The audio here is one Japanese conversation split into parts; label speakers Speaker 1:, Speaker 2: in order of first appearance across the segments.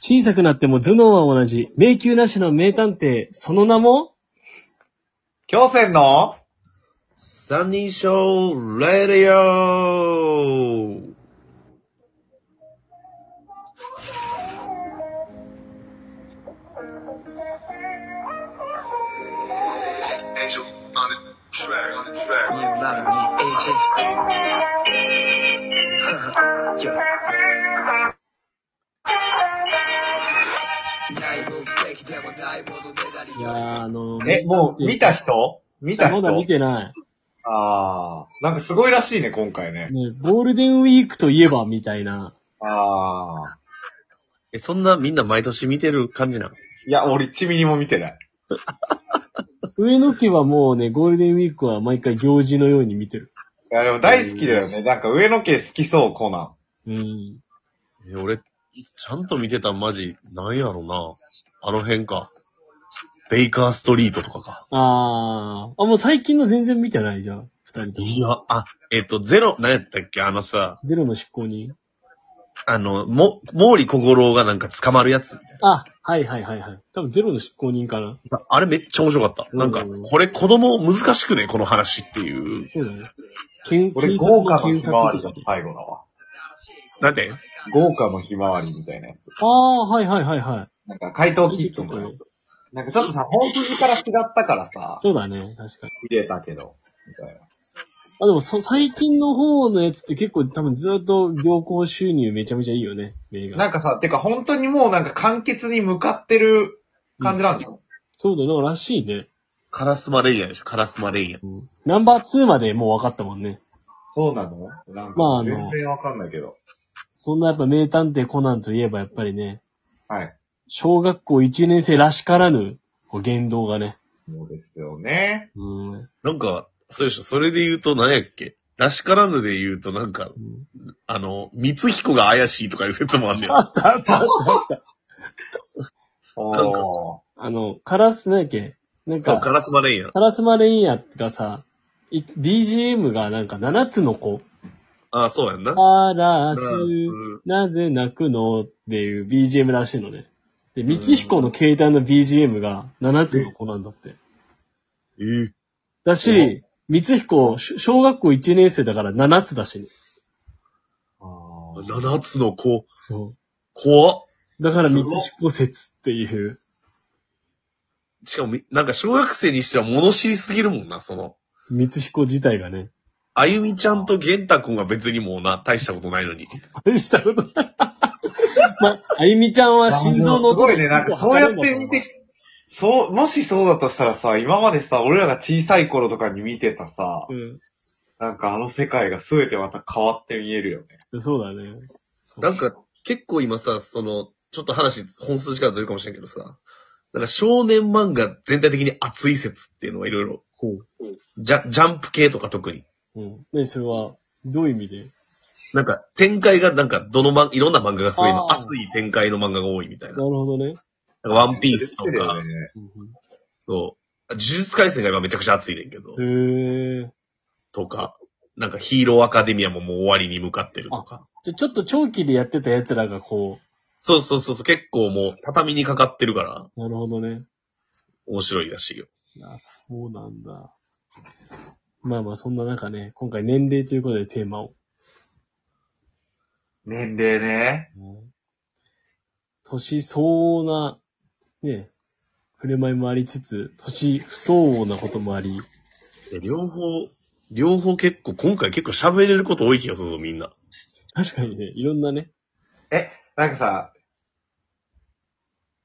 Speaker 1: 小さくなっても頭脳は同じ。迷宮なしの名探偵、その名も
Speaker 2: 京戦の
Speaker 3: 三人称レディオ
Speaker 1: いやー、あのー、
Speaker 2: え、もう見た人見た
Speaker 1: ま
Speaker 2: 人
Speaker 1: だ見てな
Speaker 2: あー。なんかすごいらしいね、今回ね
Speaker 1: い。。ね、ゴールデンウィークといえば、みたいな。
Speaker 2: あ
Speaker 3: え、そんなみんな毎年見てる感じなの
Speaker 2: ー。いや、俺、ちみにも見てない。
Speaker 1: 上野家はもうね、ゴールデンウィークは毎回行事のように見てる。
Speaker 2: いや、でも大好きだよね。なんか上野家好きそう、コナン。
Speaker 1: うん。
Speaker 3: え、俺、ちゃんと見てたんマジ、なんやろな。あの辺か。ベイカーストリートとかか。
Speaker 1: あー。あ、もう最近の全然見てないじゃん。二人とも。
Speaker 3: いや、あ、えっ、と、ゼロ、なんやったっけあのさ、
Speaker 1: ゼロの執行人。
Speaker 3: あの、も、毛利小五郎がなんか捕まるやつ。
Speaker 1: あ、はいはいはいはい。多分ゼロの執行人かな。
Speaker 3: あれめっちゃ面白かった。なんか、これ子供難しくね、この話っていう。
Speaker 1: そうだね。検
Speaker 2: 俺、
Speaker 1: 警察
Speaker 2: 豪華
Speaker 1: と
Speaker 2: の
Speaker 1: 検
Speaker 2: ひまわ
Speaker 1: 察
Speaker 2: り
Speaker 1: と
Speaker 2: が
Speaker 1: か。
Speaker 2: 最後だわ。
Speaker 3: なんで
Speaker 2: 豪華のひまわりみたいなやつ。
Speaker 1: あー、はいはいはいは
Speaker 2: なんか、怪盗
Speaker 1: い。
Speaker 2: キッドのやつ。なんかちょっとさ、本筋から違ったからさ、
Speaker 1: そうだね、確かに。
Speaker 2: 入れたけど、みたいな。
Speaker 1: あ、でもそ、最近の方のやつって結構多分ずっと行行収入めちゃめちゃいいよね、映画。
Speaker 2: なんかさ、てか本当にもうなんか完結に向かってる感じなんでしょ、
Speaker 1: そうだね、なんからしいね。
Speaker 3: カラスマレイヤーでしょカラスマレイヤー。
Speaker 1: うんナンバー2までもう分かったもんね。
Speaker 2: そうなのなん
Speaker 1: まああ
Speaker 2: か
Speaker 1: の
Speaker 2: 全然わかんないけど。
Speaker 1: そんなやっぱ名探偵コナンといえばやっぱりね、
Speaker 2: はい。
Speaker 1: 小学校1年生らしからぬこう言動がね。
Speaker 2: そうですよね。
Speaker 1: うん。 うん
Speaker 3: なんか、そうでしょ、それで言うと何やっけらしからぬで言うとなんか、あの、光彦が怪しいとかいう説もあん ねん。
Speaker 1: あったあったあったあった。
Speaker 2: おー。
Speaker 1: あの、カラスなんやっけなん
Speaker 3: そう、
Speaker 1: か、
Speaker 3: カラスマレイヤー。
Speaker 1: カラスマレイヤーがさ、い BGM がなんか7つの子。
Speaker 3: あ、そうやんな。
Speaker 1: カラス、
Speaker 3: うん
Speaker 1: なぜ泣くのっていう BGM らしいのね。で、光彦の携帯の BGM が7つの子なんだって。
Speaker 3: えー
Speaker 1: だし、光彦、し小学校1年生だから7つだしね。
Speaker 2: あー
Speaker 3: 七つの子、
Speaker 1: そ
Speaker 3: 怖っ。
Speaker 1: う。だから
Speaker 3: すごい
Speaker 1: 光彦説っていう。
Speaker 3: しかもみ、なんか小学生にしては物知りすぎるもんな、その。
Speaker 1: 光彦自体がね。
Speaker 3: あゆみちゃんと玄太くんは別にもうな、大したことないのに。
Speaker 1: 大したこと ない。まあ、あゆみちゃんは心臓の
Speaker 2: すごいね、なんかそうやって見て、そう、もしそうだとしたらさ、今までさ、俺らが小さい頃とかに見てたさ
Speaker 1: う、ん。
Speaker 2: なんかあの世界が全てまた変わって見えるよね。
Speaker 1: そうだね。
Speaker 3: なんか、結構今さ、その、ちょっと話、本数字からずれるかもしれんけどさ、なんか少年漫画全体的に熱い説っていうのがいろいろ、
Speaker 1: こ
Speaker 3: ジャ、ジャンプ系とか特に。
Speaker 1: う。うん。ね、それは、どういう意味で
Speaker 3: なんか、展開がなんか、どの漫、いろんな漫画がすごい今
Speaker 1: あー
Speaker 3: 熱い展開の漫画が多いみたい
Speaker 1: な
Speaker 3: な。
Speaker 1: る
Speaker 3: なんか
Speaker 1: ほどね。
Speaker 3: ワンピースと
Speaker 2: 出てるよ
Speaker 3: か、
Speaker 2: ね
Speaker 1: うん
Speaker 3: そう。呪術廻戦が今めちゃくちゃ熱いねんけど、
Speaker 1: へえ。
Speaker 3: とか、なんかヒーローアカデミアももう終わりに向かってるとか。
Speaker 1: じゃ、ちょっと長期でやってた奴らがこ
Speaker 3: そうそうそうそう、結構もう畳にかかってるから、
Speaker 1: う、なるほどね。
Speaker 3: 面白いらしいよ。
Speaker 1: あ、そうなんだ。まあまあ、そんな中ね、今回年齢ということでテーマを。
Speaker 2: 年齢ね。
Speaker 1: 年相応な、ね、振る舞いもありつつ、年不相応なこともあり、
Speaker 3: で両方、両方結構、今回結構喋れること多い気がするぞ、みんな。
Speaker 1: 確かにね、いろんなね、
Speaker 2: え、なんかさ、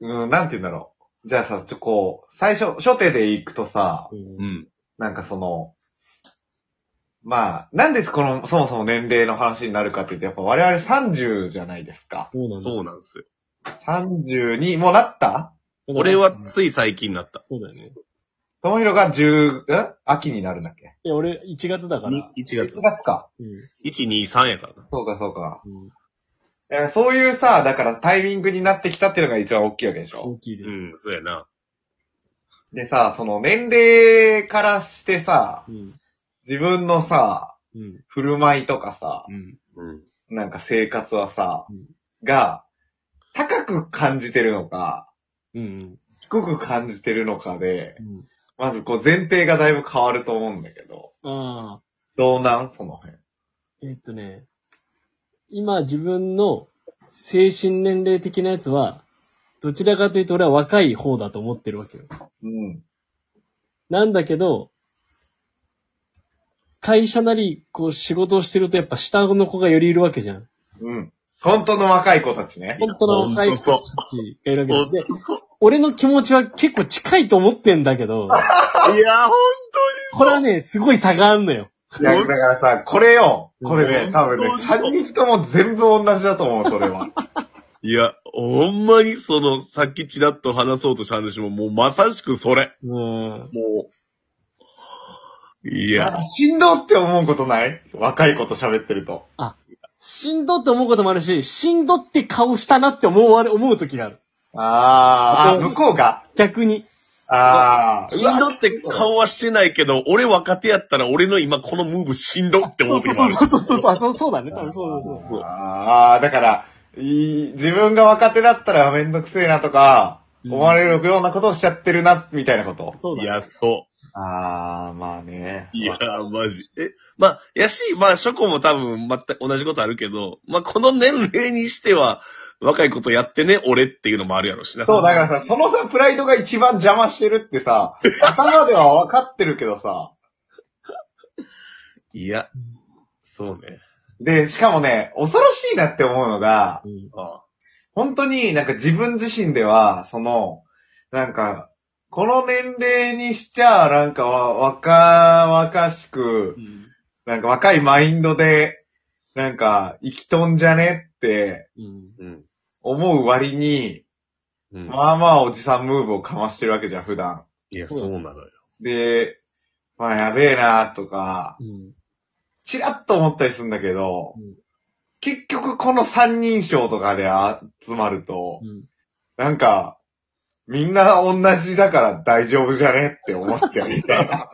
Speaker 2: うん、なんて言うんだろう。じゃあさ、ちょ、こう、最初、初手で行くとさ、
Speaker 1: うん
Speaker 3: うん。
Speaker 2: なんかその、まあ、なんでこの、そもそも年齢の話になるかって言うと、やっぱ我々30じゃないですか。
Speaker 1: そうなんだ。
Speaker 3: そうなんですよ。
Speaker 2: 30に、もうなった
Speaker 1: だから
Speaker 3: 俺は、つい最近になった。
Speaker 1: そうだよね。
Speaker 2: ともひろが10、ん秋になるんだっけ
Speaker 1: いや、俺、1月だから。
Speaker 3: 1月
Speaker 2: ?1。月か。
Speaker 1: うん。
Speaker 3: 1、2、3やからな。
Speaker 2: そうか、そうか。
Speaker 1: うん。
Speaker 2: いやそういうさ、だからタイミングになってきたっていうのが一番大きいわけでしょ
Speaker 1: 大きいで
Speaker 3: う。ん、そうやな。
Speaker 2: でさ、その年齢からしてさ、
Speaker 1: うん。
Speaker 2: 自分のさ、
Speaker 1: うん。
Speaker 2: 振る舞いとかさ、
Speaker 1: うん。
Speaker 3: うん。
Speaker 2: なんか生活はさ、
Speaker 1: うん
Speaker 2: が、高高く感じてるのか、
Speaker 1: うん
Speaker 2: 低く感じてるのかで
Speaker 1: う、ん。
Speaker 2: まずこう前提がだいぶ変わると思うんだけど、
Speaker 1: ああ、
Speaker 2: どうなんその辺。
Speaker 1: えっとね、今自分の精神年齢的なやつは、どちらかというと俺は若い方だと思ってるわけよ。
Speaker 2: うん。
Speaker 1: なんだけど、会社なり、こう仕事をしてるとやっぱ下の子がよりいるわけじゃん。
Speaker 2: うん。本当の若い子たちね。
Speaker 1: 本当の若い子たちがいるわけです。で、俺の気持ちは結構近いと思ってんだけど、
Speaker 3: いや、ほん
Speaker 1: これはね、すごい差があんのよ。
Speaker 2: いや、だからさ、これよ。これ
Speaker 3: う
Speaker 2: ね、
Speaker 3: ん
Speaker 2: 多分ね、3人とも全部同じだと思う、それ は。
Speaker 3: いや、ほんまに、その、さっきちらっと話そうとした話も、もうまさしくそれ。
Speaker 1: うん。
Speaker 3: もう。い
Speaker 2: い
Speaker 3: や、、
Speaker 2: 振動って思うことない若い子と喋ってると。
Speaker 1: しんどって思うこともあるし、しんどって顔したなって思う、思う時がある。
Speaker 2: あー、あ
Speaker 3: うん
Speaker 2: 向こうが。
Speaker 1: 逆に。
Speaker 2: あー、
Speaker 3: しんどって顔はしてないけど、俺若手やったら俺の今このムーブしんどって
Speaker 1: そ
Speaker 3: 思
Speaker 1: うそ
Speaker 3: う時
Speaker 1: う
Speaker 3: もある。
Speaker 1: そうそうそう、あそうそうだね、多分そうそうそう。
Speaker 3: そう
Speaker 2: あー、だから、いい自分が若手だったらめんどくせえなとか、思われるようなことをしちゃってるな、みたいなこと。
Speaker 1: そうだ
Speaker 3: い
Speaker 1: ね。
Speaker 3: や、そ
Speaker 2: あー、まあね。
Speaker 3: う。いや、マジ。え、まあ、やし、まあ、ショコも多分、また同じことあるけど、まあ、この年齢にしては、若いことやってね、俺っていうのもあるやろしな。
Speaker 2: そう、だからさ、そのさ、プライドが一番邪魔してるっ てさ、頭では分かってるけどさ、
Speaker 3: いや、そうね。
Speaker 2: で、しかもね、恐ろしいなって思うのが、
Speaker 1: うん
Speaker 3: ああ
Speaker 2: 本当になんか自分自身では、その、なんか、この年齢にしちゃ、なんかわ若々しく
Speaker 1: う、ん。
Speaker 2: なんか若いマインドで、なんか、生きとんじゃねって
Speaker 1: うん。
Speaker 3: うん。
Speaker 2: 思う割に、
Speaker 3: うん。
Speaker 2: まあまあおじさんムーブをかましてるわけじゃん、普段。
Speaker 3: いや、そうなのよ。
Speaker 2: で、まあやべえなとか、
Speaker 1: うん。
Speaker 2: チラッと思ったりするんだけど、
Speaker 1: うん
Speaker 2: 結局この三人称とかで集まると、
Speaker 1: うん。
Speaker 2: なんか、みんな同じだから大丈夫じゃねって思っちゃうみた いな。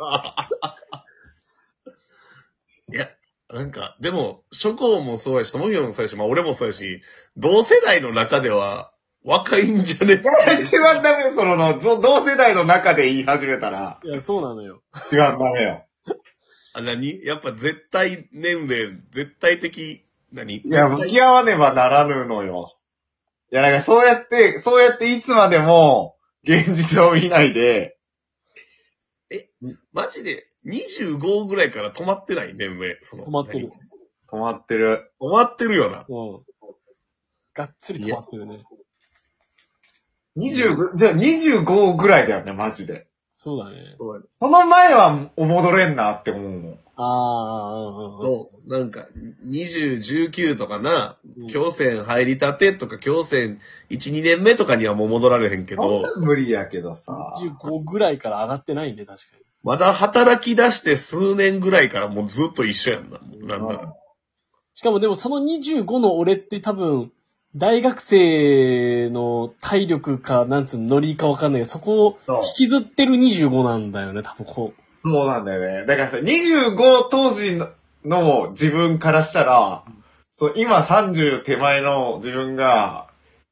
Speaker 3: いや、なんか、でも、諸行もそうやし、友広もそうやし、まあ俺もそうやし、同世代の中では、若いんじゃね
Speaker 2: 一番ダメよ、そのの、ぞ同世代の中で言い始めたら、
Speaker 1: いや、そうなのよ。
Speaker 2: 一番ダメよ。
Speaker 3: あ、何やっぱ絶対年齢、絶対的、何
Speaker 2: いや、向き合わねばならぬのよ。いや、なんかそうやって、そうやっていつまでも現実を見ないで、
Speaker 3: マジで、25ぐらいから止まってない年齢、その。
Speaker 1: 止まってる
Speaker 2: 止まってる。
Speaker 3: 何。止まってるよな。
Speaker 1: うん。がっつり止まってるね。
Speaker 2: 25、じゃあ25ぐらいだよね、マジで。
Speaker 1: そうだね。
Speaker 2: その前はお戻れんなって思うもん。
Speaker 1: ああ、うんうん
Speaker 3: そう、なんか、20、19とかな、
Speaker 1: うん。
Speaker 3: 強戦入りたてとか、強戦1、2年目とかにはもう戻られへんけ
Speaker 2: そ
Speaker 3: ど
Speaker 2: んな。無理やけどさ。
Speaker 1: 15ぐらいから上がってないんで、確か
Speaker 3: まだ働き出して数年ぐらいからもうずっと一緒やんな。なん
Speaker 2: う
Speaker 3: だ
Speaker 2: ん
Speaker 3: ろ
Speaker 1: に。しかもでもその25の俺って多分、大学生の体力か、なんつうの、ノリかわかんないけど、そこを
Speaker 2: そう
Speaker 1: 引きずってる25なんだよね、多分こう。
Speaker 2: そうなんだよね。だからさ、25当時のの自分からしたら、そう、今30手前の自分が、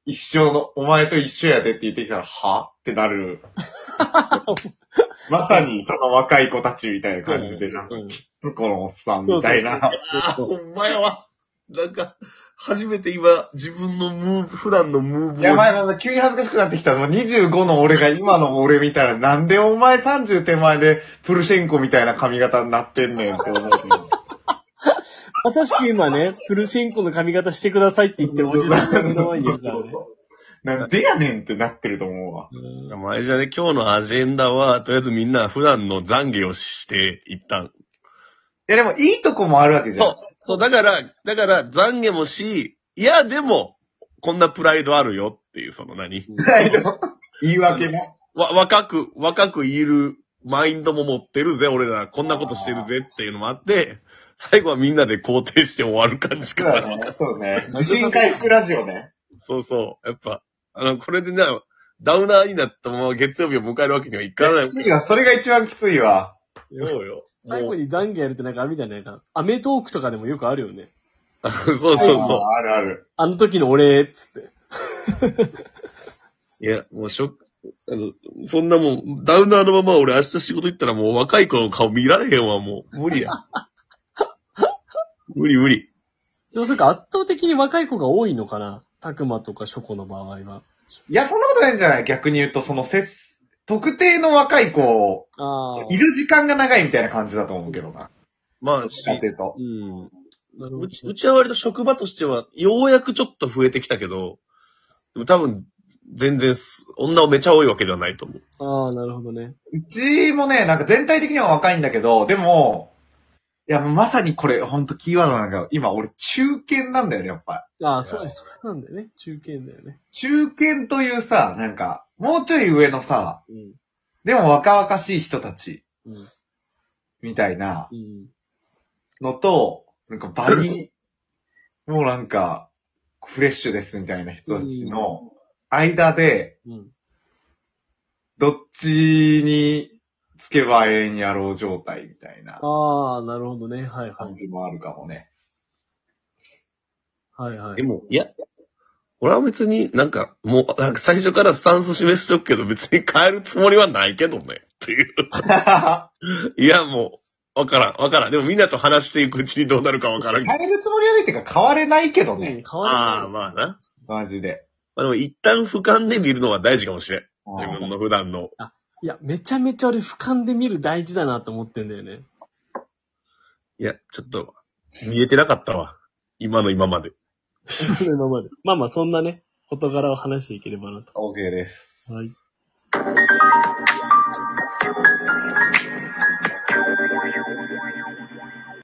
Speaker 2: 一生の、お前と一緒やでって言ってきたら、はってなる。まさに、その若い子たちみたいな感じで、なんか、
Speaker 1: うん
Speaker 2: つこのおっさんみたいな。
Speaker 3: ああ、ほんまやわ。なんか、初めて今、自分のムーブ、普段のムーブを。
Speaker 2: やばいやばい、急に恥ずかしくなってきた。もう25の俺が今の俺みたいな、なんでお前30手前で、プルシェンコみたいな髪型になってんねんって思うけど。
Speaker 1: まさしく今ね、プルシェンコの髪型してくださいって言ってるおじさんが目の前にいるからね。
Speaker 2: なんでやねんってなってると思うわ。
Speaker 1: うん
Speaker 3: まああれじゃね、今日のアジェンダは、とりあえずみんな普段の懺悔をして、一旦。
Speaker 2: いやでも、いいとこもあるわけじゃん。
Speaker 3: そう、そう、だから、だから懺悔もし、いや、でも、こんなプライドあるよっていう、その何
Speaker 2: ないの。言い訳ね。
Speaker 3: わ、若く、若くいるマインドも持ってるぜ、俺ら、こんなことしてるぜっていうのもあって、最後はみんなで肯定して終わる感じ
Speaker 2: そ
Speaker 3: か
Speaker 2: う
Speaker 3: な。
Speaker 2: だね。そうね。無心回復ラジオね。
Speaker 3: そうそう。やっぱ、あの、これでな、ダウナーになったまま月曜日を迎えるわけにはいかない。
Speaker 2: いや、それが一番きついわ。
Speaker 3: そうよ。
Speaker 1: 最後
Speaker 3: に。
Speaker 1: に懺悔やるってなんかあれみたいな、なんか、アメトークとかでもよくあるよね。
Speaker 3: そうそう
Speaker 2: あ
Speaker 3: そ
Speaker 2: あるある。
Speaker 1: あの時の俺、つって。
Speaker 3: いや、もうしょ、あの、そんなもん、ダウナーのまま俺明日仕事行ったらもう若い子の顔見られへんわ、もう。無理 や。無理無理。
Speaker 1: でもそれか圧倒的に若い子が多いのかなたくまとかショコの場合は。
Speaker 2: いや、そんなことないんじゃない逆に言うと、そのせっ、特定の若い子、
Speaker 1: ああ。
Speaker 2: いる時間が長いみたいな感じだと思うけどな。
Speaker 3: まあ、し
Speaker 2: 家庭と。
Speaker 1: うん。なるほど
Speaker 3: うち、うちは割と職場としては、ようやくちょっと増えてきたけど、でも多分、全然す、女をめちゃ多いわけではないと思う。
Speaker 1: ああ、なるほどね。
Speaker 2: うちもね、なんか全体的には若いんだけど、でも、いや、もうまさにこれ、ほんとキーワードなんか、今俺中堅なんだよね、やっぱ。
Speaker 1: ああ、そう、そうなんだよね。中堅だよね。
Speaker 2: 中堅というさ、なんか、もうちょい上のさ、
Speaker 1: うん。
Speaker 2: でも若々しい人たち、
Speaker 1: うん。
Speaker 2: みたいな
Speaker 1: うん。
Speaker 2: のと、なんかバ リ、もうなんか、フレッシュですみたいな人たちの間で、
Speaker 1: うん。
Speaker 2: どっちにつけば永遠にやろう状態みたいな
Speaker 1: ああ、なるほどね。はいは
Speaker 2: 感
Speaker 1: い。
Speaker 2: じもあるかも ね。
Speaker 1: はいは
Speaker 3: で
Speaker 1: い。
Speaker 3: も、いや、俺は別になんか、もう、なんか最初からスタンス示しとくけど、別に変えるつもりはないけどね。っていう。いや、もう、わからん、わからん。でもみんなと話していくうちにどうなるかわ からんけど。
Speaker 2: 変えるつもりはないっていうか変われないけど
Speaker 1: うん、
Speaker 2: ね。
Speaker 1: 変
Speaker 3: あ
Speaker 1: わ
Speaker 3: あ、まあな。
Speaker 2: マジで。
Speaker 3: まあでも一旦俯瞰で見るのは大事かもしれん。自分
Speaker 2: うん
Speaker 3: の普段の。
Speaker 1: る。いや、めちゃめちゃ俺俯瞰で見る大事だなと思ってんだよね。
Speaker 3: いや、ちょっと、見えてなかったわ。今の今まで。
Speaker 1: 今まで。まあまあ、そんなね、事柄を話していければなと。
Speaker 2: OK です。
Speaker 1: はい。